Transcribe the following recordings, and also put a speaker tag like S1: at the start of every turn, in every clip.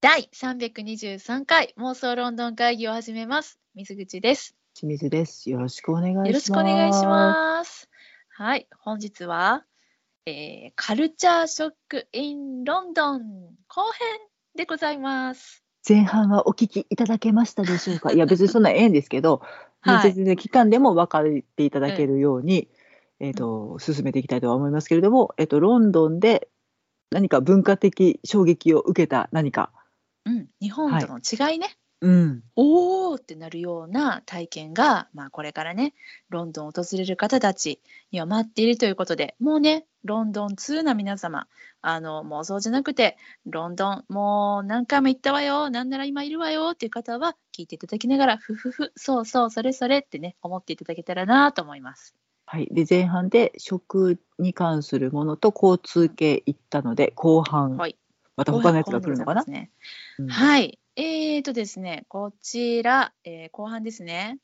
S1: 第323回妄想ロンドン会議を始めます。水口です。
S2: 清水です。よろしくお願いしま
S1: よ
S2: す。
S1: ろしくお願いします。はい、本日は、えーカルチャーショック in ロンドン後編でございます。
S2: す。前半はお聞きいただけましたで しょうか。いや、別にそんなええんですけど、面
S1: はい、
S2: 接の期間でも分かっていただけるように、えっ、と、進めていきたいとは思いますけれども、えっ、と、ロンドンで何か文化的衝撃を受けた何か、
S1: うん、日本との違いね。
S2: うん、
S1: おーってなるような体験が、まあ、これからねロンドンを訪れる方たちには待っているということでもうねロンドン通な皆様あの妄想じゃなくてロンドンもう何回も行ったわよなんなら今いるわよっていう方は聞いていただきながらふふふそうそうそれそれってね思っていただけたらなと思います。
S2: はい。で、前半で食に関するものと交通系行ったので、後半、
S1: はい
S2: また他のやつが来るのかな
S1: 後半後半でございます。ね
S2: うん
S1: はい。えーとですね、こちら、えー後半ですね。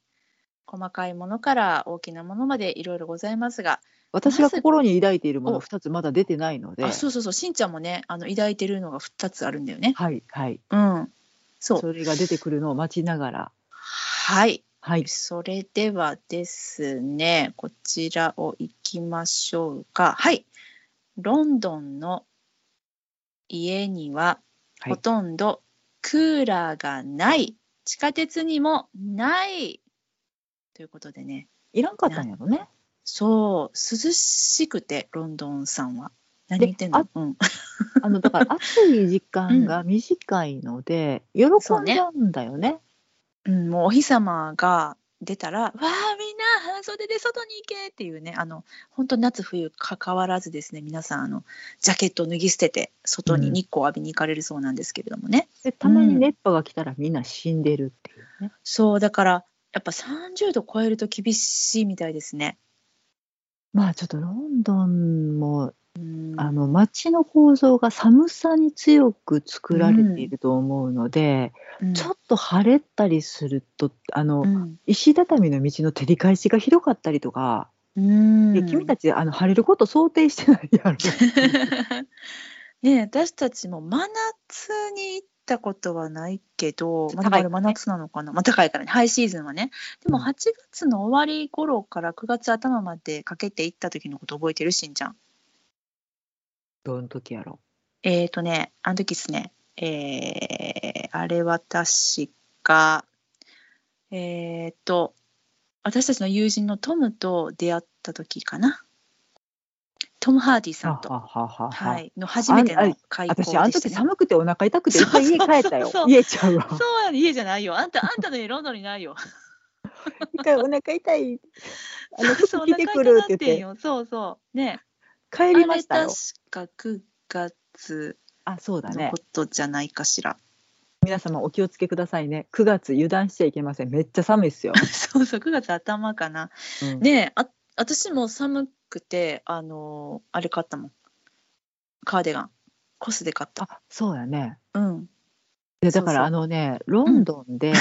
S1: 細かいものから大きなものまでいろいろございますが、
S2: 私が心に抱いているも
S1: お
S2: の2つまだ出てないので、
S1: あそうそうそうしんちゃんもねあの抱いてるのが2つあるんだよね。
S2: はい、はい。
S1: うんそう
S2: それが出てくるのを待ちながら、
S1: はい
S2: はい。
S1: それではですねこちらを行きましょうかはいロンドンの家には
S2: はい
S1: ほとんどクーラーがない、地下鉄にもないということでね
S2: いらんかったんやろ ね。
S1: そう涼しくてロンドンさんは何
S2: で
S1: 言ってんの
S2: あ
S1: うん、
S2: あのだから暑い時間が短いので、喜んじゃうんだよね。
S1: うん、もうお日様が出たら、わあ、みんな半袖で外に行けっていうね、あの、本当夏冬かかわらずですね、皆さん、あの、ジャケットを脱ぎ捨てて、外に
S2: うん
S1: 日光を浴びに行かれるそうなんですけれどもね。
S2: でたまに熱波が来たらみんな死んでるっていうね。
S1: そう、だから、やっぱ30度超えると厳しいみたいですね。
S2: まあちょっとロンドンも
S1: うん、
S2: あの街の構造が寒さに強く作られていると思うので、
S1: うん
S2: ちょっと晴れたりするとあの、
S1: うん、
S2: 石畳の道の照り返しがひどかったりとか、
S1: うん
S2: で君たちあの晴れること想定してない やろ。
S1: ねえ私たちも真夏に行ったことはないけど、まあ、
S2: 高い
S1: でもあれ真夏なのかな、まあ、高いからね、ハイシーズンはね。でも
S2: うん
S1: 8月の終わり頃から9月頭までかけて行った時のこと覚えてるしんちゃん。
S2: どの時やろ。
S1: えーとね、あの時ですね、えー、あれは確か、えーと、私たちの友人のトムと出会った時かな。トム・ハーディさんと。
S2: ははははは
S1: はい、の初めての開校でした、ね。
S2: 私、あの時寒くてお腹痛くて、
S1: そう
S2: 一回家帰ったよ
S1: そうそう。
S2: 家ちゃうわ。
S1: そうやね、家じゃないよ。あんた、あんたの家ロンドンにないよ。
S2: 一回お腹痛い。あの、
S1: そう
S2: 服着てくるっ
S1: お腹痛な
S2: て言って、
S1: ってんよそうそう。ね。
S2: 帰
S1: あ
S2: り
S1: れ
S2: ま
S1: 確
S2: したよ。
S1: か9月
S2: あ、そうだ
S1: の
S2: ね
S1: こ。とじゃないかしら。
S2: 皆様お気をつけくださいね。9月油断しちゃいけません。めっちゃ寒いっすよ。
S1: そうそう、9月頭かな。
S2: うん
S1: ねえ、あ、私も寒くて、あのーあれ買ったもん。カーデガン。コスで買った。
S2: あ、そうやね。
S1: うん。
S2: いやだ
S1: そ
S2: から
S1: うそう
S2: あのね、ロンドンで、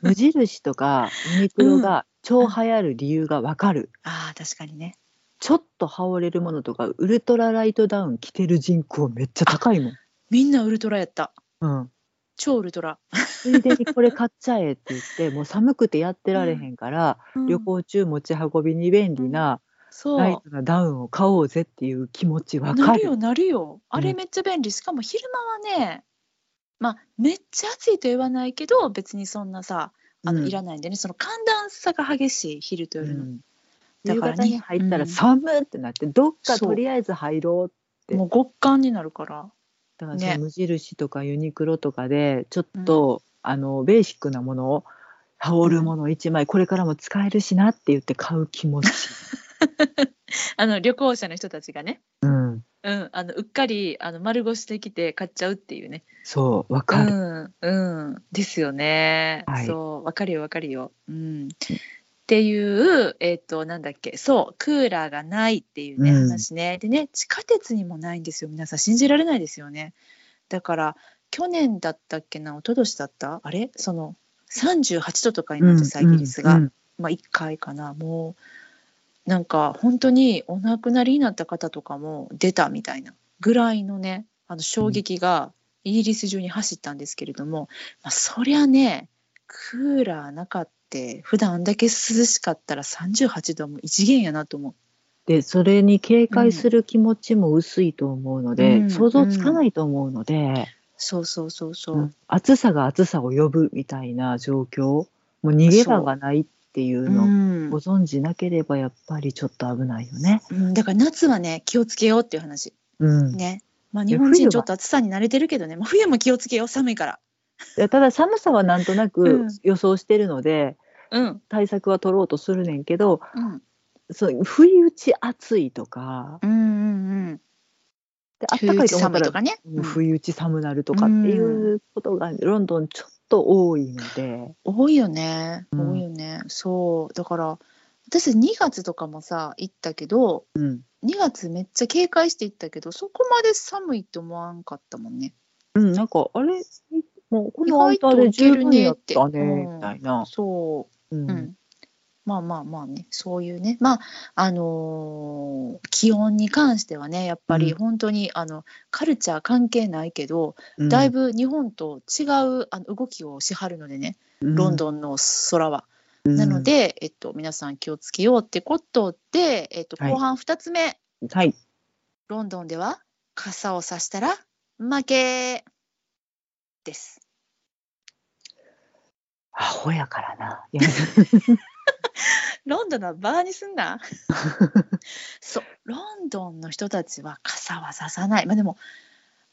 S2: 無印とかユニクロが超流行る理由がわかる。
S1: ああ、確かにね。
S2: ちょっと羽織れるものとか、ウルトラライトダウン着てる人口めっちゃ高いもん。
S1: みんなウルトラやった。
S2: うん。
S1: 超ウルトラ。
S2: ついでにこれ買っちゃえって言って もう寒くてやってられへんから、旅
S1: うん
S2: 行中持ち運びに便利なライ
S1: そう
S2: ト。なダウンを買おうぜっていう気持ちわ
S1: な
S2: か
S1: る
S2: る
S1: よなるよあれ
S2: うん
S1: めっちゃ便利、しかも昼間はねまあめっちゃ暑いと言わないけど別にそんなさあの、
S2: うん
S1: いらないんでねその寒暖差が激しい昼と
S2: う
S1: 夜の、
S2: ん
S1: だ
S2: 夕
S1: から
S2: 方
S1: ね
S2: に入った
S1: う
S2: ら
S1: ん
S2: 寒ってなってどっか
S1: そう
S2: とりあえず入ろうで
S1: もう極寒になるから
S2: だから
S1: ね
S2: その無印とかユニクロとかでちょっと、あのベーシックなものを羽織るもの1枚これからも使えるしなって言って買う気持ち、
S1: あの旅行者の人たちがね、
S2: うん、
S1: うん、あのうっかりあの丸腰できて買っちゃうっていうね
S2: そうわ
S1: う
S2: かる、
S1: んうんですよね、
S2: はい
S1: そうわかるよわかるよ、うん、っていうえっ、となんだっけそうクーラーがないっていうね、
S2: うん
S1: 話ねでね地下鉄にもないんですよ皆さん信じられないですよねだから去年だったっけな一昨年だったあれその38度とかになってさイギリスが、
S2: うんうん
S1: まあ、1回かなもうなんか本当にお亡くなりになった方とかも出たみたいなぐらいのねあの衝撃がイギリス中に走ったんですけれども、まあ、そりゃねクーラーなかって普段あんだけ涼しかったら38度はもう異次元やなと思う。
S2: でそれに警戒する気持ちも薄いと思うので、
S1: うん
S2: 想像つかないと思うので、
S1: そうそうそうそうう。
S2: 暑さが暑さを呼ぶみたいな状況もう逃げ場がないっていうのを
S1: うん
S2: ご存知なければやっぱりちょっと危ないよね。
S1: うん、だから夏はね気をつけようっていう話
S2: うん、
S1: ね、まあ、
S2: で
S1: 日本
S2: 冬
S1: 人
S2: は
S1: ちょっと暑さに慣れてるけどね、まあ、冬も気をつけよう寒いから
S2: いやただ寒さはなんとな
S1: う
S2: く
S1: ん
S2: 予想してるので、
S1: うん
S2: 対策は取ろうとするねんけど
S1: うん
S2: そう不意打ち暑いとか
S1: うんうんうん
S2: で
S1: 冬
S2: 暖かい
S1: 打ち
S2: と思っ
S1: 寒
S2: た
S1: い
S2: ら
S1: とかね、
S2: うん
S1: うん
S2: 不意打ち寒なるとかっていうことがロンドンちょっと多いので、
S1: 多いよね、
S2: うん
S1: 多いよねそうだから私2月とかもさ行ったけど
S2: うん
S1: 2月めっちゃ警戒して行ったけどそこまで寒いと思わんかったもんね
S2: うん、なんかあれもうこの間
S1: 意外と
S2: で
S1: いけ
S2: 十
S1: る
S2: 分や
S1: ね
S2: っ
S1: って
S2: たね
S1: うん
S2: みたいな。
S1: そう
S2: うん
S1: うん、まあまあまあねそういうねまああのー気温に関してはねやっぱり
S2: うん
S1: 本当に、あのカルチャー関係ないけど
S2: うん
S1: だいぶ日本と違うあの動きをしはるのでねロンドンの空は。
S2: ン
S1: なの、で、えっと、皆さん気をつけようってことで、えっと、
S2: はい
S1: 後半2つ目、
S2: うんはい
S1: ロンドンでは傘をさしたら負けです。
S2: アホやからな。いや
S1: ロンドンのバーにすんな。 そう、ロンドンの人たちは傘はささない。まあでも、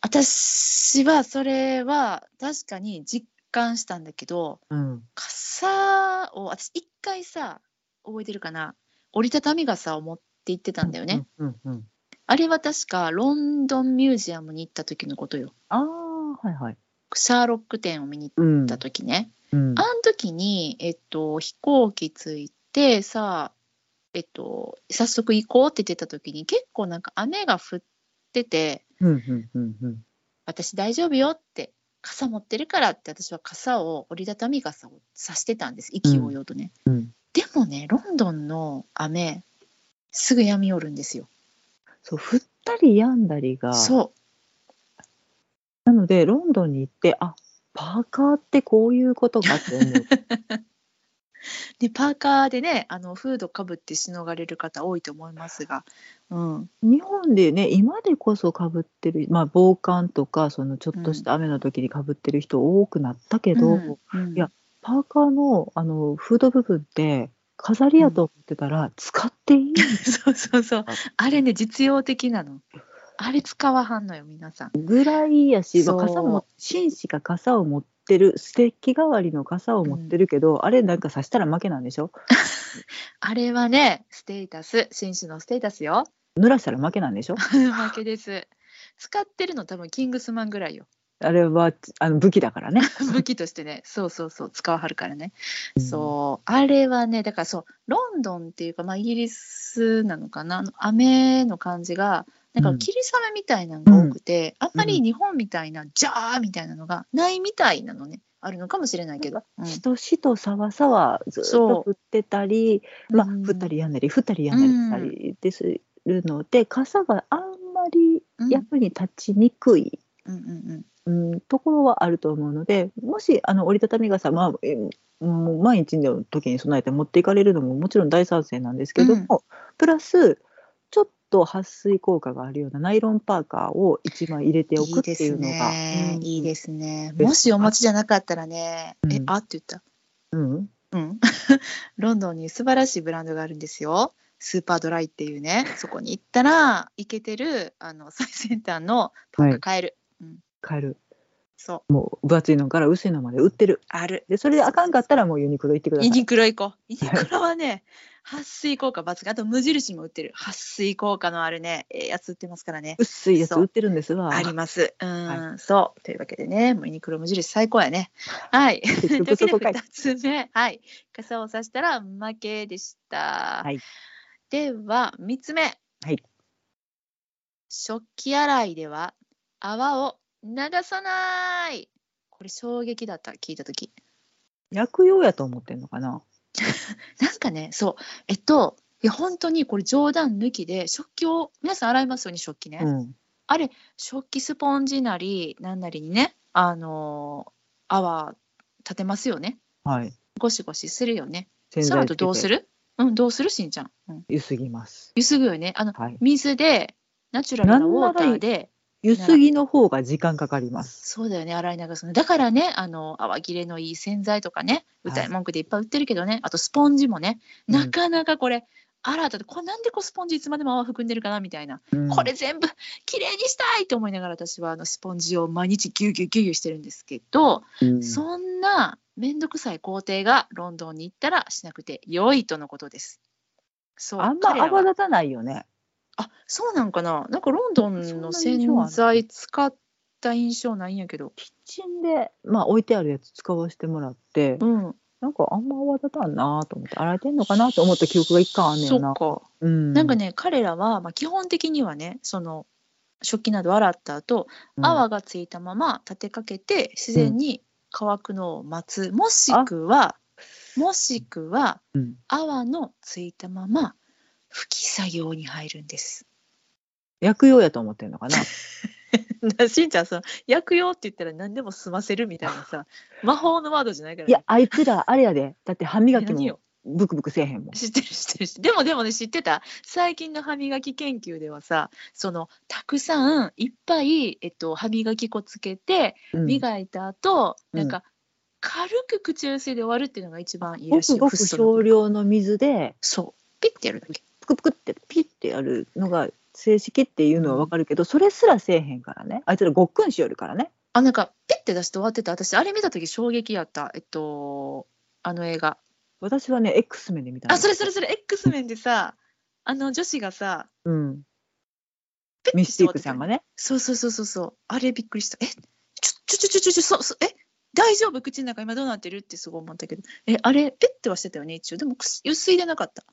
S1: 私はそれは確かに実感したんだけど、
S2: うん
S1: 傘を、私一回さ、覚えてるかな、折りたたみ傘を持って行ってたんだよね。。
S2: うんうんうん
S1: あれは確かロンドンミュージアムに行った時のことよ。
S2: ああはいはい。
S1: シャーロック展を見に行
S2: うん
S1: った時ね。
S2: うん
S1: あの時に、えっと、飛行機着いてさあ、えっと、早速行こうって言ってた時に結構なんか雨が降ってて
S2: うんうんうんうん
S1: 「私大丈夫よ」って「傘持ってるから」って私は傘を折りたたみ傘をさしてたんです息をよとね、
S2: うん
S1: でもねロンドンの雨すぐやみおるんですよ
S2: そう降ったり止んだりが
S1: そ
S2: なのでロンドンに行ってあパーカーってこういうことかって思 う。
S1: うでパーカーでねあのフードかぶってしのがれる方多いと思いますがうん
S2: 日本でね今でこそかぶってる、まあ、防寒とかそのちょっとした雨の時にかぶってる人多くなったけど、
S1: うんうん
S2: いやパーカーのあのフード部分って飾りやと思ってたら使っていい、
S1: そうそうそう。あれね、実用的なの。あれ使わはんのよ、皆さん。
S2: ぐらいやし、まあ
S1: そう
S2: 傘も紳士が傘を持ってるステッキ代わりの傘を持ってるけど、あれなんか刺したら負けなんでしょ
S1: あれはね、ステータス、紳士のステータスよ。
S2: 濡らしたら負けなんでしょ
S1: 負けです。使ってるの多分キングスマンぐらいよ。
S2: あれはあの武器だからね。
S1: 武器としてね、そうそうそう、使わはるからね。
S2: うん
S1: そう、あれはね、だからそう、ロンドンっていうか、まあ、イギリスなのかな、あの雨の感じが、なん
S2: うん
S1: か霧雨みたいなのが多くて、あんま
S2: う
S1: り
S2: ん
S1: 日本みたいな、ジャーみたいなのがないみたいなのね、あるのかもしれないけど。うん
S2: しとしとさわさわずっと
S1: そう
S2: 降ってたり、まあ、
S1: うん
S2: 降ったりやんだり降ったりやんだりしたりでするので、傘があんまり
S1: うん
S2: 役に立ちにくい、
S1: うんうんうん
S2: うん、ところはあると思うのでもしあの折りたたみ傘、まあえもう毎日の時に備えて持っていかれるのももちろん大賛成なんですけども、プラスちょっと撥水効果があるようなナイロンパーカーを1枚入れておくっていうのがうん
S1: いいですね。
S2: うん
S1: もしお持ちじゃなかったらね、
S2: うん
S1: え、あって言った。
S2: うん、
S1: うん。 ロンドンに素晴らしいブランドがあるんですよ。スーパードライっていうね、そこに行ったら、イケてる、あの、最先端のパック買える。
S2: 買える
S1: そう。
S2: もう分厚いのから薄いのまで売ってる
S1: ある。
S2: でそれであかんかったらもうユニクロ行ってくださ
S1: ユ
S2: い。
S1: ニクロ行こう。ユニクロはね、撥水効果抜群。あと無印も売ってる。撥水効果のあるね、ええやつ売ってますからね。
S2: 薄いやつ
S1: そう
S2: 売ってるんですわ。
S1: あります。うん、
S2: は
S1: そう。というわけでね、もうユニクロ無印最高やね。はい。
S2: 結
S1: というわ
S2: 局
S1: け
S2: そ
S1: で
S2: こかい
S1: 2つ目、はい、傘をさしたら負けでした。
S2: はい
S1: では3つ目、
S2: はい
S1: 食器洗いでは泡を流さないこれ衝撃だった聞いた時
S2: 薬用やと思ってんのかな。
S1: なんかねそうえっといや本当にこれ冗談抜きで食器を皆さん洗いますよね食器ね、
S2: うん。
S1: あれ食器スポンジなりなんなりにねあの泡立てますよね
S2: はい。
S1: ゴシゴシするよね
S2: 洗
S1: その
S2: 剤
S1: 後どうす
S2: る
S1: るうんどうするしんちゃん、うん、
S2: ゆすぎます。
S1: ゆすぐよねあの
S2: はい。
S1: 水でナチュラルなウォータ
S2: なんなら
S1: ーで
S2: ゆすぎの方が時間かかります。
S1: そうだよね洗い流すのだからねあの泡切れのいい洗剤とかね歌い、
S2: はい
S1: 文句でいっぱい売ってるけどねあとスポンジもね
S2: うん
S1: なかなかこれ、洗ったってこれなんでこうスポンジいつまでも泡含んでるかなみたいな、
S2: うん
S1: これ全部きれいにしたいと思いながら私はあのスポンジを毎日ギュウギュウギュウギュウしてるんですけど、
S2: うん
S1: そんな面倒くさい工程がロンドンに行ったらしなくて良いとのことです。そう
S2: あん
S1: 彼
S2: ま
S1: らは
S2: 泡立たないよね。
S1: あそうなんかななんかロンドンの
S2: そんな
S1: 洗
S2: 印象ある
S1: 剤使った印象ないんやけど。
S2: キッチンで、まあ、置いてあるやつ使わせてもらって、
S1: うん
S2: なんかあんま泡立たんなと思って洗えてんのかなと思った記憶が一回あんね
S1: そ
S2: ん
S1: っ
S2: な。
S1: か。
S2: うん
S1: なんか、ね、彼らは、まあ、基本的にはね、その食器など洗った後、
S2: うん
S1: 泡がついたまま立てかけて自然に乾くのを待つ、もしくはもしくは
S2: うん
S1: 泡のついたまま拭き作業に入るんです。
S2: 薬用やと思ってんのかな。
S1: しんちゃんその薬用って言ったら何でも済ませるみたいなさ魔法のワードじゃないから、
S2: いや、あいつら、あれやで。だって歯
S1: え
S2: 磨き
S1: 何よ
S2: もブクブクせえへんもん。
S1: 知ってる知ってる知ってるでもでもね知ってた最近の歯磨き研究ではさそのたくさんいっぱい、えっと、歯磨き粉つけて
S2: うん
S1: 磨いた後、
S2: うん
S1: なんか軽く口寄せで終わるっていうのが一番いい
S2: ご
S1: らしい
S2: く
S1: よ
S2: ご
S1: フ
S2: く
S1: ッ素の
S2: 少量の水で、
S1: そうピッてやるだけ
S2: プクプクってピッてやるのが正式っていうのはわかるけど、それすらせえへんからね。あいつらごっくんしよるからね。
S1: あなんかピッて出して終わってた私あれ見た時衝撃やったえっとあの映画
S2: 私はね、X 面で見たん
S1: あ
S2: です
S1: そ
S2: よ
S1: れそれそれ X メンでさあの女子がさ
S2: うん。
S1: ピッ
S2: ミ
S1: て
S2: ス
S1: して
S2: テ
S1: 終
S2: ィッ
S1: わっ
S2: ク
S1: てた
S2: さ
S1: よ
S2: ん
S1: ね
S2: がね。
S1: そうそうそうそうそう。あれびっくりした。え、ちょちょちょちょちょそそえ、大丈夫口の中今どうなってるってすごい思ったけど、え、あれペッてはしてたよね一応。でもくすゆすいでなかった。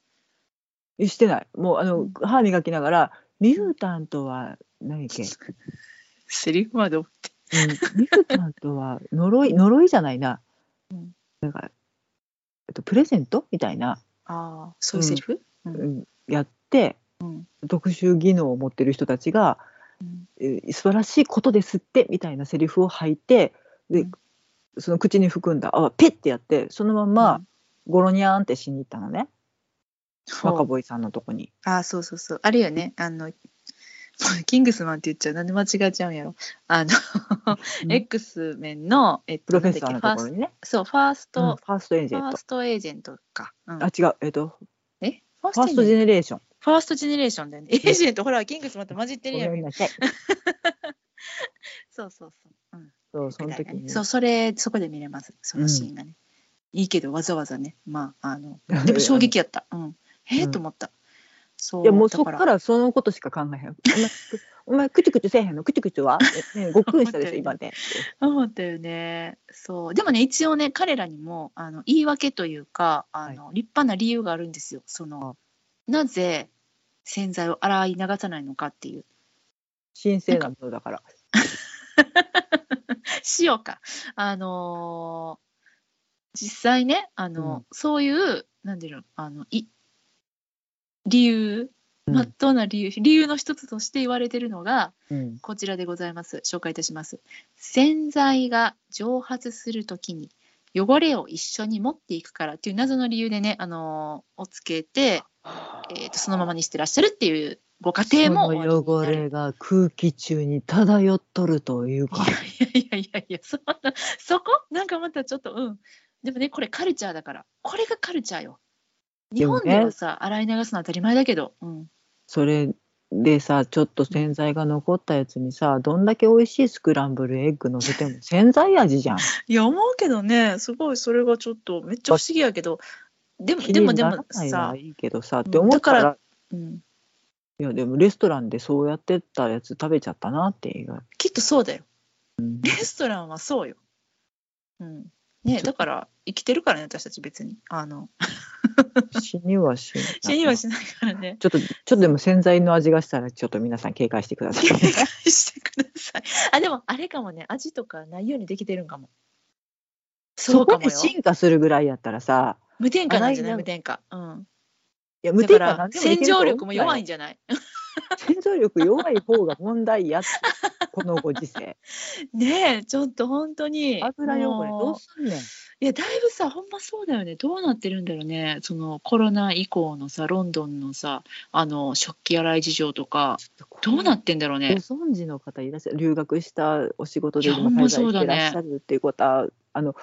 S2: してない。もう、あの、
S1: うん
S2: 歯磨きながら、ミュータントは、何やっけ、
S1: セリフまで。
S2: うん、ミュータントは呪い、呪いじゃないな。
S1: うん
S2: なんか、えっと、プレゼントみたいな、
S1: ああ、そういうセリフ？う
S2: うんん、やって、
S1: うん
S2: 特殊技能を持ってる人たちが、
S1: うん
S2: えー素晴らしいことですって、みたいなセリフを吐いて、で、
S1: うん
S2: その口に含んだ泡、ペッてやって、そのまんま、ゴロニャーンってしに行ったのね。
S1: ほう
S2: 若坊さんのとこに。
S1: ああ、そうそうそう。あれよね。あの キングスマンって言っちゃう。なんで間違えちゃうんやろ。あの X メンのえっと
S2: プロフェッサーのところ
S1: なんだっけファース
S2: にね。
S1: そうファース
S2: うんフ
S1: ト、
S2: ァーストエージェ
S1: ファ
S2: ン
S1: ー
S2: ト。
S1: ストエージェントか。うん
S2: あ、違う。えっと、
S1: えファー
S2: ファー
S1: エージェン
S2: ス
S1: ト
S2: トジェネレーション。
S1: ファーストジェネレーションだよね。エージェント、ほら、キングスまた混じってる
S2: ご
S1: や
S2: めん
S1: ん。
S2: なさい。
S1: そうそうそう。うん、
S2: そう、その
S1: みたい
S2: 時
S1: なね
S2: に。
S1: そう、それ、そこで見れます。そのシーンがね。いいけど、わざわざね。まあ、あの、でも衝撃やった。うん。へえ、
S2: うん
S1: と思った。そう。
S2: いや、もうそっか
S1: だ
S2: らそのことしか考えへん。お前、くお前クチュクチュせえへんのクチュ クチュはえねえごっくんしたでしょ、今ね。
S1: 思ったよね。そう。でもね、一応ね、彼らにも、あの、言い訳というか、あの、立派な理由があるんですよ。その、なぜ洗剤を洗い流さないのかっていう。
S2: 神聖なものだから。
S1: 塩か。あのー実際ね、あの
S2: うん
S1: そういう、なんていうの、あの、い、理由、
S2: うん
S1: まっとうな理由、理由の一つとして言われてるのが、
S2: うん。
S1: こちらでございます。紹介いたします。洗剤が蒸発するときに、汚れを一緒に持っていくからっていう謎の理由でね、あのーをつけて、えーと、そのままにしてらっしゃるっていうご家庭もおありになる。
S2: その汚れが空気中に漂っとるというか。
S1: いやいやいやいや、そんな、そこなんかまたちょっと、うん。でもね、これカルチャーだから、これがカルチャーよ。日
S2: でも
S1: 本
S2: ね
S1: ではさ、洗い流すのは当たり前だけど、うん。
S2: それでさ、ちょっと洗剤が残ったやつにさ、どんだけ美味しいスクランブルエッグ乗せても洗剤味じゃん。
S1: いや、思うけどね、すごいそれがちょっと、めっちゃ不思議やけど、でも、
S2: 気
S1: で
S2: に
S1: も、で
S2: な
S1: も
S2: らないの
S1: さ
S2: は、いいけどさ、っ
S1: うん
S2: て思った、
S1: だからうん、
S2: いやでもレストランでそうやってたやつ食べちゃったなっていう。
S1: きっとそうだよ。
S2: うん
S1: レストランはそうよ。うん。ね、だから、生きてるからね、私たち別に。あの、
S2: 死にはしない。
S1: 死にはしないからね。
S2: ちょっと、ちょっとでも洗剤の味がしたら、ちょっと皆さん警戒して ください。
S1: 警戒してください。あ、でもあれかもね、味とかないようにできてるんかも。そ
S2: そう
S1: か
S2: こ
S1: もよ
S2: で。進化するぐらいやったらさ、
S1: 無添加なんじゃな
S2: 洗
S1: い無
S2: いな
S1: 添加。うん。
S2: いや、無
S1: だか
S2: 添加な
S1: ら
S2: んでもいけ
S1: 洗
S2: ると
S1: 浄
S2: 思う
S1: 力も弱いん
S2: んだよ
S1: じゃない
S2: 洗浄力弱い方が問 題やってこのご時世
S1: ねえちょっと本当に
S2: 油汚れどう
S1: もう
S2: すんねん
S1: いやだいぶさほんまそうだよねどうなってるんだろうねそのコロナ以降のさロンドンのさあの食器洗い事情とかどうなってんだろう
S2: ご
S1: ね
S2: 存知の方いらっしゃる留学したお仕事で
S1: いやほん
S2: 今
S1: ま
S2: 滞在
S1: そう
S2: し
S1: だ
S2: て
S1: ね
S2: らっしゃるっていうことは、あの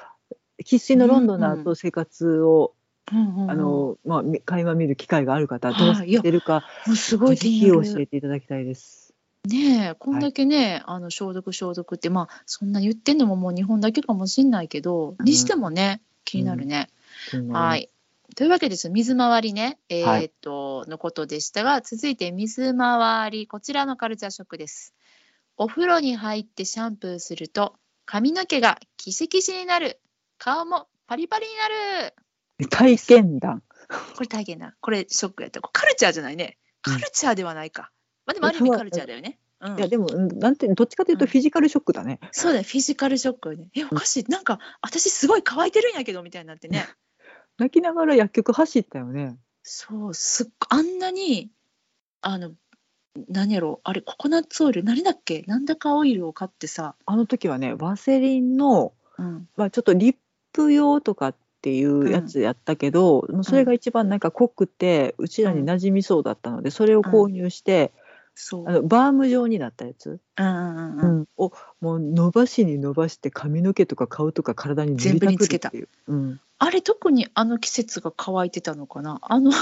S2: 必死のロンドナーと生活を、
S1: うんうんうん
S2: あのまあ、み会話見る機会がある方
S1: はい
S2: どうしてるか、
S1: もうすご
S2: ぜ
S1: い気に
S2: ひ
S1: な
S2: 教
S1: る
S2: えていただきたいです。
S1: ねえこんだけね、あの消毒消毒ってまあそんな言ってんのももう日本だけかもしんないけど、
S2: うん
S1: にしてもね気になるね。
S2: 気になります
S1: はい。というわけです水回りね、え
S2: はい
S1: ーっとのことでしたが続いて水回りこちらのカルチャーショックです。お風呂に入ってシャンプーすると髪の毛がキシキシになる顔もパリパリになる
S2: 体験談
S1: これ大変だこれショックやったこれカルチャーじゃないねカルチャーではないか、まあでもある意味カルチャーだよね。うん
S2: いやでもうんなんていうのどっちかというと
S1: うん
S2: フィジカルショックだね。
S1: そうだよ、フィジカルショックよね。え、おかしい、なんか、私すごい乾いてるんやけどみたいになってね。
S2: 泣きながら薬局走ったよね。
S1: そう、すっごあんなに、あの、何やろあれ、ココナッツオイル、何だっけ、なんだかオイルを買ってさ。
S2: あの時はねワセリンの
S1: うん、
S2: まあちょっとリップ用とかっていうやつやったけど、もうそれが一番なんか濃くてうちらに馴染みそうだったのでそれを購入して、
S1: そう。
S2: あのバーム状になったやつ、
S1: うんうんうんうん。
S2: をもう伸ばしに伸ばして髪の毛とか顔とか体に塗りたくるっていう。うん、
S1: あれ、特にあの季節が乾いてたのかな。あの、
S2: と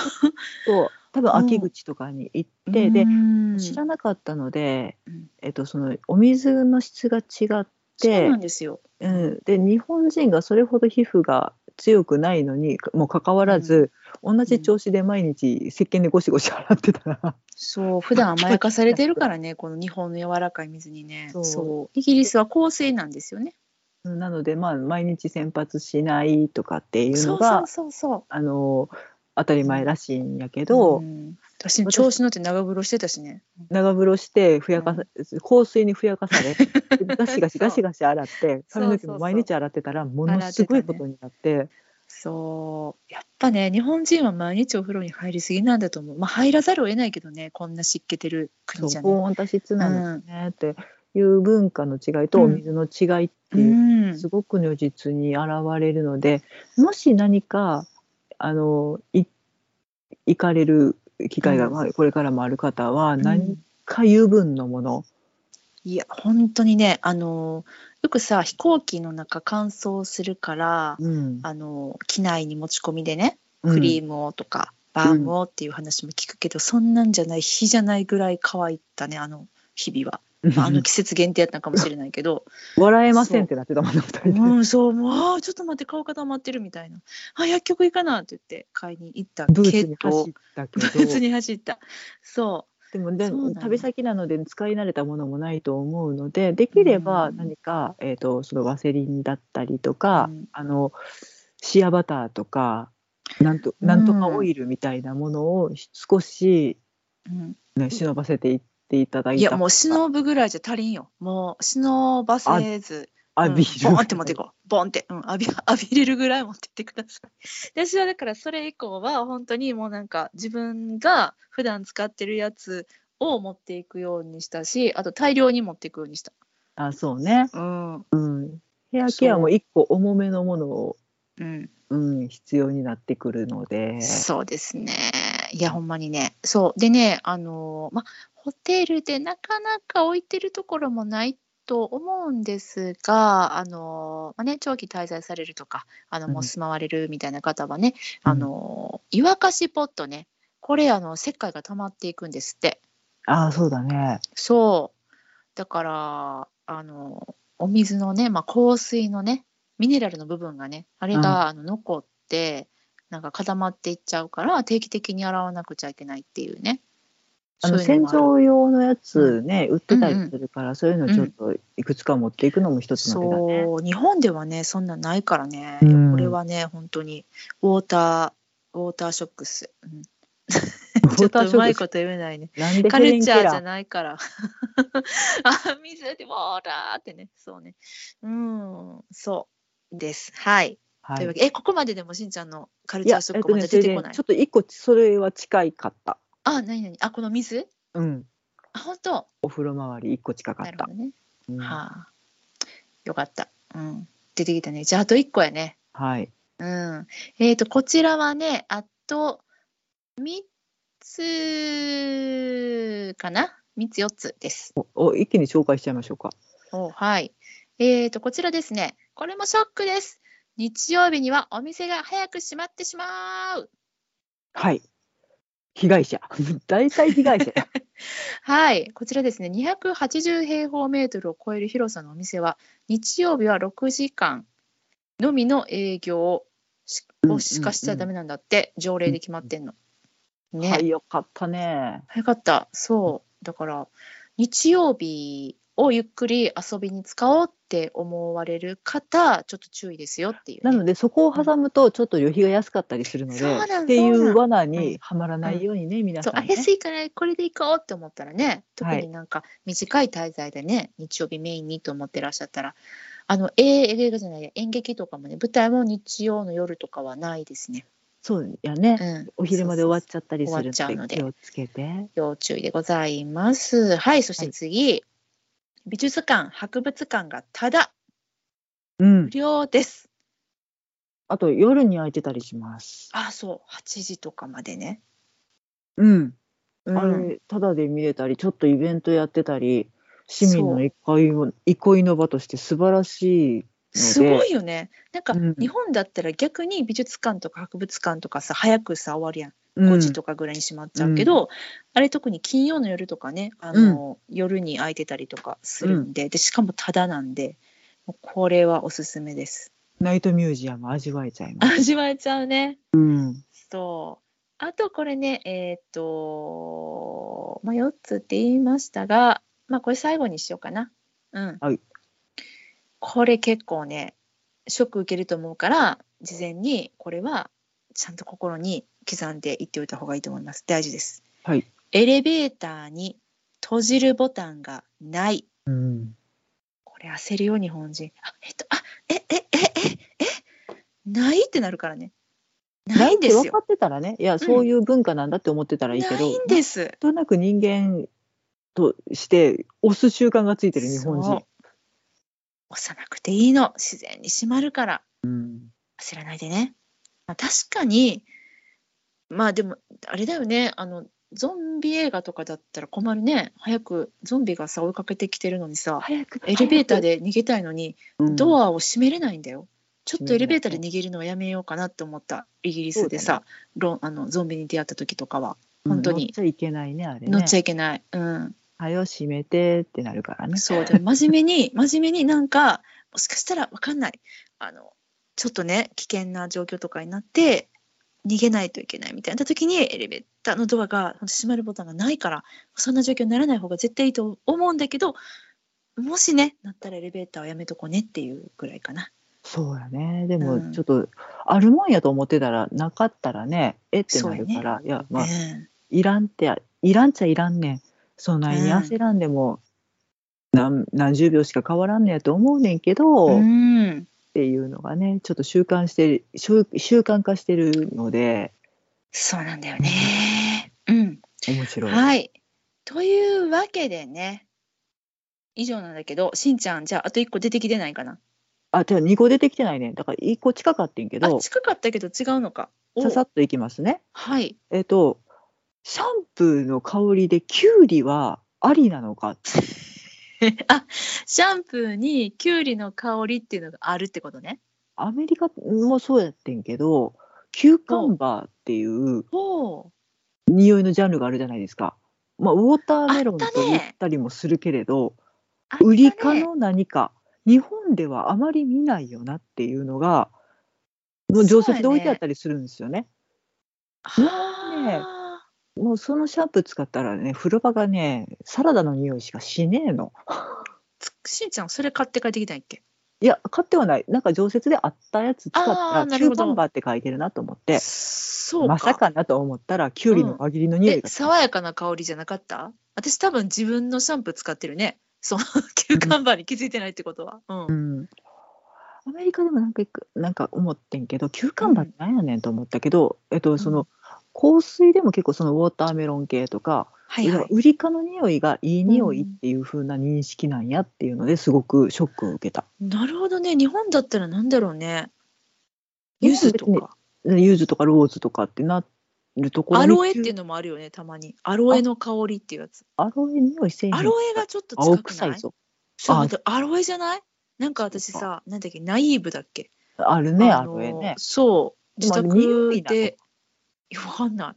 S2: 多分秋口とかに行って、で
S1: うん
S2: 知ら
S1: そ
S2: なかったので、
S1: うん
S2: えっと、そのお水の質が違って
S1: うなんですよ。
S2: うん、で日本人がそれほど皮膚が強くないのにもかかわらず、同じ調子で毎日石鹸でゴシゴシ洗ってたら、
S1: そう、普 段甘やかされてるからね、この日本の柔らかい水にね。
S2: そう
S1: そう。イギリスは香水なんですよね。
S2: うん なので、まあ、毎日洗髪しないとかっていう
S1: そ
S2: の
S1: う
S2: が
S1: そうそうそう。
S2: あの当たり前らしいんやけど、
S1: うん私も調子乗って長風呂してたしね
S2: 長風呂してふやかさ、香水にふやかさ れガシガシ
S1: そう
S2: ガシガシ洗って髪の毛も毎日洗ってたらものすごいことになって。
S1: そうやっぱね日本人は毎日お風呂に入りすぎなんだと思う、まあ、入らざるを得ないけどねこんな湿気てる
S2: そ
S1: 国
S2: う
S1: じゃね
S2: 高温多湿なんですねっていう文化の違いとお水の違いって
S1: う
S2: いう、
S1: ん
S2: すごく如実に現れるのでもし何かあのい行かれる機会が
S1: うん
S2: まあこれからもある方は
S1: う
S2: 何
S1: ん
S2: か油分のもの、
S1: いや本当にねあのよくさ飛行機の中乾燥するから
S2: うん
S1: あの機内に持ち込みでね
S2: うん
S1: クリームをとか、バームをっていう話も聞くけど、そんなんじゃない日じゃないぐらい乾いたねあの日々 は、まああの季節限定やったのかもしれないけど
S2: 笑えませんってなってたもんね二人で、
S1: うん、そう、もう、あーちょっと待って、顔固まってるみたいな。あ、薬局行かなって言って、買いに行った
S2: ブー
S1: け
S2: ツに走
S1: ど
S2: っ、た
S1: ブ
S2: けど
S1: ーツに走った。そ
S2: でもで
S1: そうなの
S2: 旅先なので使い慣れたものもないと思うのでできれば
S1: うん
S2: 何か、えー、とそのワセリンだったりと
S1: う。
S2: か、
S1: うん
S2: あのシアバターとかなんと
S1: うん
S2: なんとかオイルみたいなものを少し、
S1: うん
S2: ね、忍ばせていっていただいた
S1: いや、もう忍ぶぐらいじゃ足りんよ。もう忍ばせず、
S2: アビ
S1: う
S2: ー
S1: ん
S2: ル
S1: ボンって持っていこう。ボンって、うん、浴び 浴びれるぐらい持ってってください。私はだから、それ以降は、本当にもうなんか、自分が普段使ってるやつを持っていくようにしたし、あと大量に持っていくようにした。
S2: あそうね
S1: うん。
S2: ヘアケアも一個重めのものを、
S1: うん。
S2: うん、必要になってくるので
S1: そうですね。いや、ほんまにね。そう。でね、あのーま、ホテルでなかなか置いてるところもないと思うんですが、あのーまね、長期滞在されるとか、あの、もう住まわれるみたいな方はね、
S2: うん
S1: あのー湯沸かしポットね、これ、あの、石灰が溜まっていくんですって。
S2: あそうだね
S1: そう。だから、あの、お水のね、まあ、香水のね、ミネラルの部分がね、あれが、あの残って、なんか固まっていっちゃうから、定期的に洗わなくちゃいけないっていうね。
S2: あの
S1: そういう
S2: 洗
S1: のもある
S2: 浄用のやつね、売ってたりするから、そういうのちょ
S1: う
S2: っ
S1: ん
S2: といくつか持っていくのも一つの手だね。
S1: そう、日本ではね、そんなんないからね。
S2: う
S1: いや
S2: ん
S1: これはね、本当に、ウォーター、ウォーターショックス。うん ちょっとうまいこと言えないね。
S2: なんで
S1: カ
S2: ヘレ
S1: ル
S2: ン
S1: チ
S2: ケ
S1: ャーじ
S2: ラ
S1: ゃ
S2: ー
S1: ないから。 あ、水でもーらーってね。そうね。うん、そうです。はい。
S2: は
S1: というわ
S2: い
S1: けでえ、ここまででもしんちゃんのカル
S2: い
S1: チャ
S2: や、
S1: ーショ
S2: え
S1: ッ
S2: っ
S1: ク
S2: と
S1: ま
S2: ね、
S1: だ
S2: それ
S1: 出て
S2: で
S1: こない。
S2: ちょっと一個それは近いかった。
S1: あ、なになにあ、この水
S2: うん、
S1: あ本当
S2: お風呂周り一個近かっ
S1: なる
S2: た
S1: ほ。どね、
S2: うん
S1: はあよかった、うん、出てきたねじゃああと1個やね
S2: はい。
S1: うんえっ、とこちらはねあと3つかな3つ4つです
S2: おお一気に紹介しちゃいましょうか。
S1: おはい。えー、と、こちらですね。これもショックです。日曜日にはお店が早く閉まってしまう。
S2: はい。被害者。 大体被害者。
S1: はい。こちらですね。280平方メートルを超える広さのお店は、日曜日は6時間のみの営業しをしかしちゃダメなんだって、条例で決まってんの。 ね、
S2: はい、よかったね。
S1: 早かった。そう。だから、日曜日をゆっくり遊びに使おうって思われる方、ちょっと注意ですよっていうね、
S2: なのでそこを挟むとちょっと旅費が安かったりするので、
S1: そうなん
S2: ってい
S1: そうな
S2: うん罠にはまらないようにね、皆
S1: そ
S2: さ
S1: う、あ
S2: ん、ね。
S1: 安いからこれで行こうって思ったらね、特
S2: はい
S1: になんか短い滞在でね、日曜日メインにと思ってらっしゃったら、あの、え映画じゃないや、演劇とかもね、舞台も日曜の夜とかはないですね。
S2: そうやね。
S1: うん。
S2: お昼まで終わっちゃったりす
S1: そう
S2: る
S1: そうそう終わ
S2: の
S1: っち
S2: で
S1: ゃう
S2: 気
S1: の
S2: をつけて。
S1: 要注意でございます。はい、そして次。美術館、博物館がただ
S2: うん
S1: 無。料です。
S2: あと夜に空いてたりします。
S1: あ、そう、8時とかまでね。
S2: うん。
S1: うん
S2: あれただで見れたりちょっとイベントやってたり市民の憩いを憩いの場として素晴らしい。
S1: すごいよね。なんか
S2: うん
S1: 日本だったら逆に美術館とか博物館とかさ、早くさ、終わるやん。
S2: うん
S1: 5時とかぐらいに閉まっちゃうけど、あれ特に金曜の夜とかねあの、夜に空いてたりとかするんで,、でしかもタダなんでもうこれはおすすめです
S2: ナイトミュージアム味わえちゃいます。
S1: 味わえちゃうね
S2: うん。
S1: そうあとこれねえーっと、まあ、4つって言いましたが、まあ、これ最後にしようかなうん、
S2: はい
S1: これ結構ねショック受けると思うから事前にこれはちゃんと心に刻んでいっておいた方がいいと思います大事です
S2: はい。
S1: エレベーターに閉じるボタンがない。
S2: うん。
S1: これ焦るよ、日本人。あ、えっと、あ、え、え、え、え、え、ないってなるからね。ないんです
S2: 分か
S1: よ。
S2: ってたらね、いや、そういう文化なんだって思ってたらいいけ
S1: な
S2: ど、
S1: いんです。
S2: なんとなく人間として押す習慣がついてる日本
S1: そ
S2: 人
S1: う。押さなくていいの。自然に閉まるから。
S2: うん。
S1: 焦らないでね。まあ、確かに、まあでも、あれだよね。あの、ゾンビ映画とかだったら困るね。早くゾンビがさ、追いかけてきてるのにさ、
S2: 早く
S1: エレベーターで逃げたいのに、ド
S2: ア、
S1: アを閉めれないんだよ。ちょっとエレベーターで逃げるのはやめようかなって思ったイギリスでさ、ロンあのゾンビに出会った時とかは
S2: うん
S1: 本当に
S2: 乗っちゃいけないね、あれね。
S1: 乗っちゃいけない。うん。
S2: はよ閉めてってなるからね。
S1: そうでも真面目に真面目になんかもしかしたらわかんないあのちょっとね危険な状況とかになって逃げないといけないみたいな時にエレベーターのドアが閉まるボタンがないからそんな状況にならない方が絶対いいと思うんだけどもしねなったらエレベーターはやめとこうねっていうぐらいかな。
S2: そうやね。で
S1: うん
S2: も、ちょっと、あるもんやと思ってたら、なかったらね、えってなるから、いや、まあ、
S1: うん
S2: いらんって、いらんちゃいらんねん。そんなに焦らんでも、何何十秒しか変わらんねやと思うねんけど、
S1: うん、
S2: っていうのがねちょっと習慣してる習習慣化してるので
S1: そうなんだよね。うん、
S2: 面白い。
S1: はい。というわけでね、以上なんだけど、しんちゃん、じゃあ、あと1個出てきてないかな。
S2: あじゃあ2個出てきてないねだから1個近かってんけ
S1: あ、
S2: ど
S1: 近かったけど違うのか。お
S2: ささっといきますね。
S1: はい。
S2: えっとシャンプーの香りでキュウリはありなのか
S1: あ、シャンプーにキュウリの香りっていうのがあるってことね。
S2: アメリカもそうやってんけどキューカンバーっていう
S1: ほう。
S2: 匂いのジャンルがあるじゃないですか。まあ、ウォーターメロンと
S1: あったね
S2: 言ったりもするけれど、
S1: あ
S2: ウリ科
S1: ったね
S2: の何か日本ではあまり見ないよなっていうのがもう常設で置いてあったりするんですよね。
S1: はあ
S2: もうそのシャンプー使ったらね風呂場がねサラダの匂いしかしねえの。
S1: つしんちゃん、それ買って帰ってきたんやっけ
S2: いや買ってはないなんか常設であったやつ使った
S1: あー
S2: ら
S1: な
S2: キ
S1: る
S2: ュ
S1: ほ
S2: ー
S1: ど
S2: バンバーって書いてるなと思って
S1: そうか。
S2: まさかなと思ったらキュウリの輪切りの匂い
S1: え
S2: が、
S1: 爽やかな香りじゃなかった私多分自分のシャンプー使ってるねその 休館バーに気づいてないってことは、うん
S2: うん、アメリカでもなんかいくなんか思ってんけどキューカンバーってなんやねんと思ったけど、えっとその香水でも結構そのウォーターメロン系とか
S1: はいはい
S2: やウリ科の匂いがいい匂いっていう風な認識なんやっていうのですごくショックを受けた。
S1: なるほどね。日本だったらなんだろうね。柚子と
S2: 日本
S1: か。
S2: ユズとかローズとかってなるところ
S1: アロエって
S2: に
S1: いうのもあるよね、たまに。アロエの香りっていうやつ。
S2: アロエ匂いせえへん
S1: アロエがちょっと
S2: 青
S1: 近く
S2: 臭
S1: ないい
S2: ぞ。
S1: そう
S2: あ
S1: 待ってアロエじゃないなんか私
S2: そ
S1: さ、なんだっけ、ナイーブだっけ
S2: あるね、
S1: あ
S2: ア
S1: の
S2: ロエね。
S1: そう、自
S2: でもあれ匂
S1: 宅
S2: いな
S1: で、わかんない。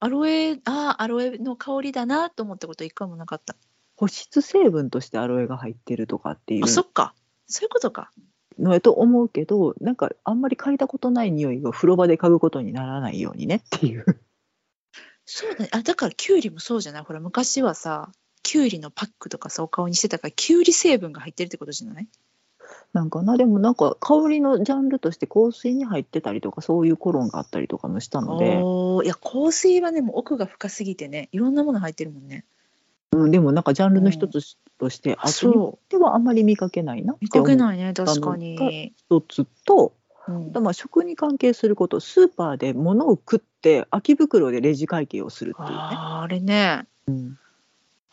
S1: アロエ、ああ、アロエの香りだなと思ったこと一回もなかった。
S2: 保湿成分としてアロエが入ってるとかっていう
S1: あ、そっか。そういうことか。
S2: のやと思うけど、なんかあんまり嗅いだことない匂いを風呂場で嗅ぐことにならないようにねっていう。
S1: そうだね。あ、だからキュウリもそうじゃないほら、昔はさ、キュウリのパックとかさ、お顔にしてたから、キュウリ成分が入ってるってことじゃない
S2: なんかな、でもなんか香りのジャンルとして香水に入ってたりとか、そういうコロンがあったりとかもしたので、
S1: おーいや、香水はね、もう奥が深すぎてね、いろんなもの入ってるもんね。
S2: うん、でもなんかジャンルの一つとして、あとに
S1: そう。
S2: ではあんまり見かけないなって
S1: 見か
S2: 思
S1: け
S2: う
S1: ないね確かに、
S2: 一つと、
S1: うん
S2: まあ、食に関係することスーパーで物を食って空き袋でレジ会計をするっていうね、
S1: あーあれね
S2: うん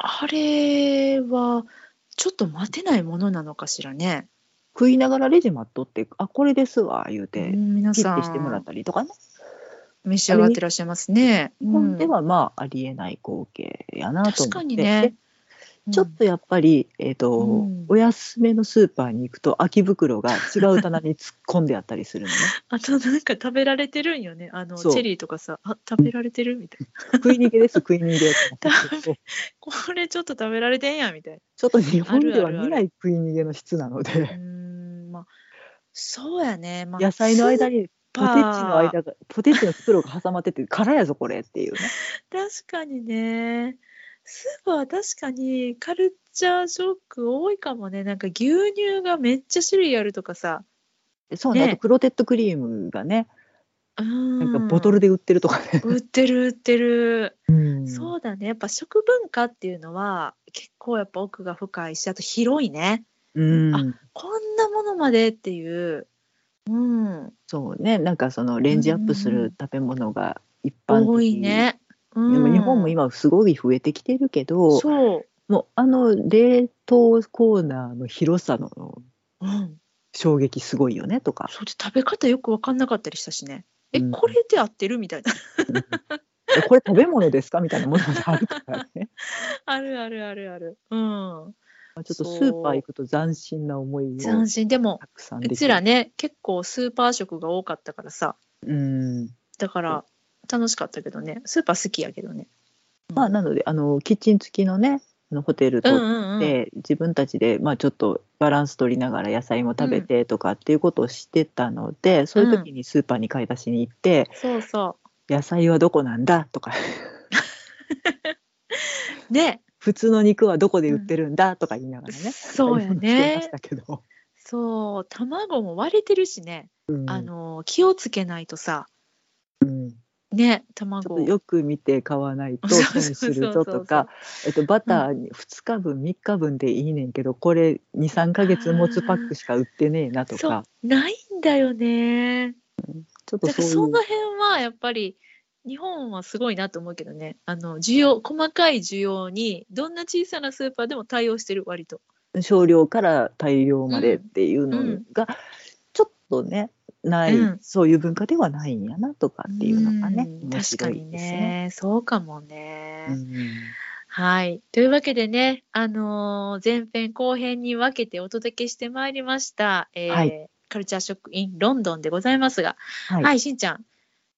S1: あれはちょっと待てないものなのかしらね、
S2: 食いながらレジ待っとって「あこれですわ」言う
S1: う
S2: て
S1: ん皆
S2: 切っ
S1: さ
S2: てしてもらっ
S1: ん
S2: たりとかね
S1: 召し上がってらっしゃいますね、
S2: 日本で
S1: うん
S2: はまあありえない光景やなと思って
S1: 確かにね、
S2: でちょっとやっぱり、えーと
S1: うん
S2: お安めのスーパーに行くと空き袋が違う棚に突っ込んであったりするの ね
S1: あとなんか食べられてるんよねあのチ
S2: そう
S1: ェリーとかさあ食べられてるみたいな
S2: 食い逃げです食い逃げです
S1: これちょっと食べられてんやみたい
S2: ちょっと日本で
S1: あるあ
S2: は
S1: るある
S2: 見ない食い逃げの質なので
S1: なうーんまあそうやね、まあ、
S2: 野菜の間
S1: に
S2: にポテチの間がポテチの袋が挟まってて空やぞこれっていうね
S1: 確かにねスーパーは確かにカルチャーショック多いかもねなんか牛乳がめっちゃ種類あるとかさ
S2: そうね
S1: ね
S2: あとクロテッドクリームがね
S1: な
S2: なんかボトルで売ってるとかね、
S1: 売ってる売ってる、
S2: うん
S1: そうだねやっぱ食文化っていうのは結構やっぱ奥が深いしあと広いね
S2: うん
S1: あこんなものまでっていううん
S2: そうねなんかそのレンジアップする食べ物が一般的、
S1: 多いね、うん、
S2: でも日本も今すごい増えてきてるけど、
S1: そう、
S2: もうあの冷凍コーナーの広さの
S1: うん、
S2: 衝撃すごいよね とか、
S1: そうで食べ方よく分かんなかったりしたしねえ、
S2: うん
S1: これで合ってるみたいな
S2: うんこれ食べ物ですかみたいなものもあるから ね
S1: あるあるあるあるうん
S2: まあちょっとスーパー行くと斬新な思いを
S1: 斬新でも
S2: たくさんで
S1: う
S2: きる
S1: ちらね結構スーパー食が多かったからさ
S2: うん
S1: だから楽しかったけどねスーパー好きやけどね
S2: まあ、なのであのキッチン付きのねあのホテル
S1: う
S2: 取
S1: ん
S2: っ
S1: うんうん
S2: て、自分たちで、まあ、ちょっとバランス取りながら野菜も食べてとかっていうことをしてたので、そういう時にスーパーに買い出しに行って
S1: そうそ
S2: 「野菜はどこなんだ?」とか
S1: う。ね、
S2: 「普通の肉はどこで売ってるんだ?」とか言いながらね、
S1: そうや
S2: 買い物してま
S1: ね
S2: し。たけど、
S1: そう、卵も割れてるしね。
S2: うん
S1: あの気をつけないとさ、
S2: うんち
S1: ね、
S2: ょ
S1: 卵
S2: っと。よく見て買わないと
S1: そうそう
S2: 損する
S1: そう
S2: ぞ
S1: そう
S2: とか、えっと、バター2日分3日分でいいねんけどこれ23ヶ月持つパックしか売ってねえなと
S1: そう
S2: か、
S1: ないんだよね。
S2: ちょっと
S1: だから
S2: そ
S1: そう
S2: いう
S1: の辺はやっぱり日本はすごいなと思うけどね。あの需要細かい需要にどんな小さなスーパーでも対応してる割と。
S2: 少量から大量までっていう
S1: う
S2: の
S1: ん
S2: がちょっとねない、
S1: うん
S2: そういう文化ではないんやなとかっていうのがね
S1: うん
S2: 面
S1: 確か
S2: 白い
S1: に
S2: ですね。
S1: ね。そうかもね。
S2: うん
S1: はい。というわけでね、あのー前編後編に分けてお届けしてまいりました、えー
S2: はい
S1: カルチャーショックインロンドンでございますが、
S2: は
S1: はいい、しんちゃん、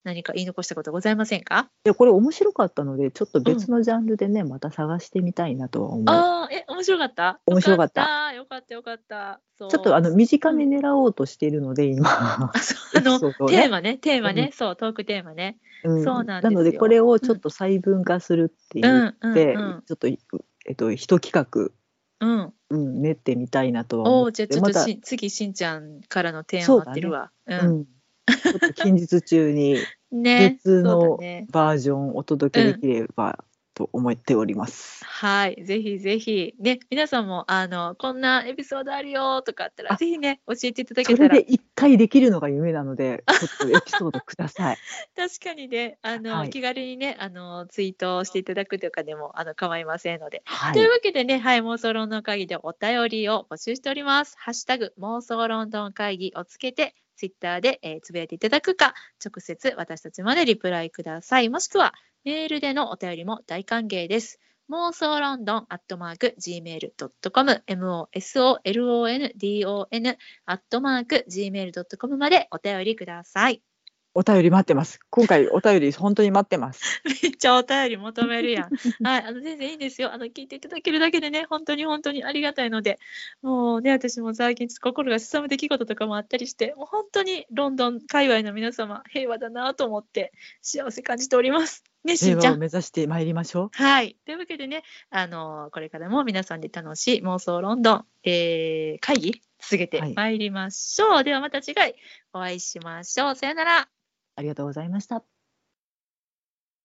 S1: 何か言い残したことございませんか、
S2: でこれ面白かったのでちょっと別のジャンルでね、また探してみたいなとは思う。
S1: ああ、え、面白かった
S2: 面白かった
S1: よかった、よかった、よかった。そう
S2: ちょっとあの短め狙おうとしているので今、
S1: あそうあの、
S2: エピソードをね
S1: テーマね、テーマね、そう、トークテーマね。
S2: うん
S1: そうなんですよ
S2: のでこれをちょっと細分化するって
S1: う
S2: 言っ
S1: ん、うん、
S2: て、
S1: うん。
S2: ちょっと、えっと、一企
S1: うん、
S2: 画、うん、練ってみたいなとは
S1: お
S2: 思
S1: お、
S2: っ
S1: じゃあ
S2: て
S1: ちょっ
S2: ま
S1: と
S2: た
S1: し、次、しんちゃんからの提案
S2: そ
S1: 待
S2: うだね
S1: ってるわ。う。
S2: うんん、ちょっと近日中に
S1: ね。
S2: 別
S1: そうだ
S2: の
S1: ね。
S2: バージョンをお届けできればと思っております。
S1: はい、ぜひぜひ、ね、皆さんも、あの、こんなエピソードあるよとかあったら、
S2: あ
S1: ぜひね、教えていただ
S2: そ
S1: けた
S2: れ
S1: ら
S2: で、一回できるのが夢なので、ちょっとエピソードく ださい。
S1: 確かにね、あの、
S2: はい
S1: 気軽にね、あの、ツイートをしていただくとかでも、あの、構いませんので。
S2: は
S1: という
S2: い。
S1: わけでね、はい、妄想論の会議でお便りを募集しております。ハッシュタグ、妄想論の会議をつけて、ツイッターで、えーつぶやいていただくか、直接私たちまでリプライください。もしくは、メールでのお便りも大歓迎です。妄想ロンドンアットマーク Gmail.com MOSOLONDON アットマーク Gmail.com までお便りください。
S2: お便り待ってます。今回お便り本当に待ってます。
S1: めっちゃお便り求めるやん。 はい、あの全然いいんですよ。あの聞いていただけるだけでね、本当に本当にありがたいので、もうね、私も最近心がすさむ出来事とかもあったりして、もう本当にロンドン界隈の皆様、平和だなと思って幸せ感じております。ね、し
S2: 平
S1: んちゃ
S2: 和を
S1: ん。
S2: 目指してまいりましょう。
S1: はい。というわけでね、あのこれからも皆さんで楽しい妄想ロンドン、えー会議続けて
S2: はい
S1: まいりましょう。ではまた次回お会いしましょう。さよなら。
S2: ありがとうございました。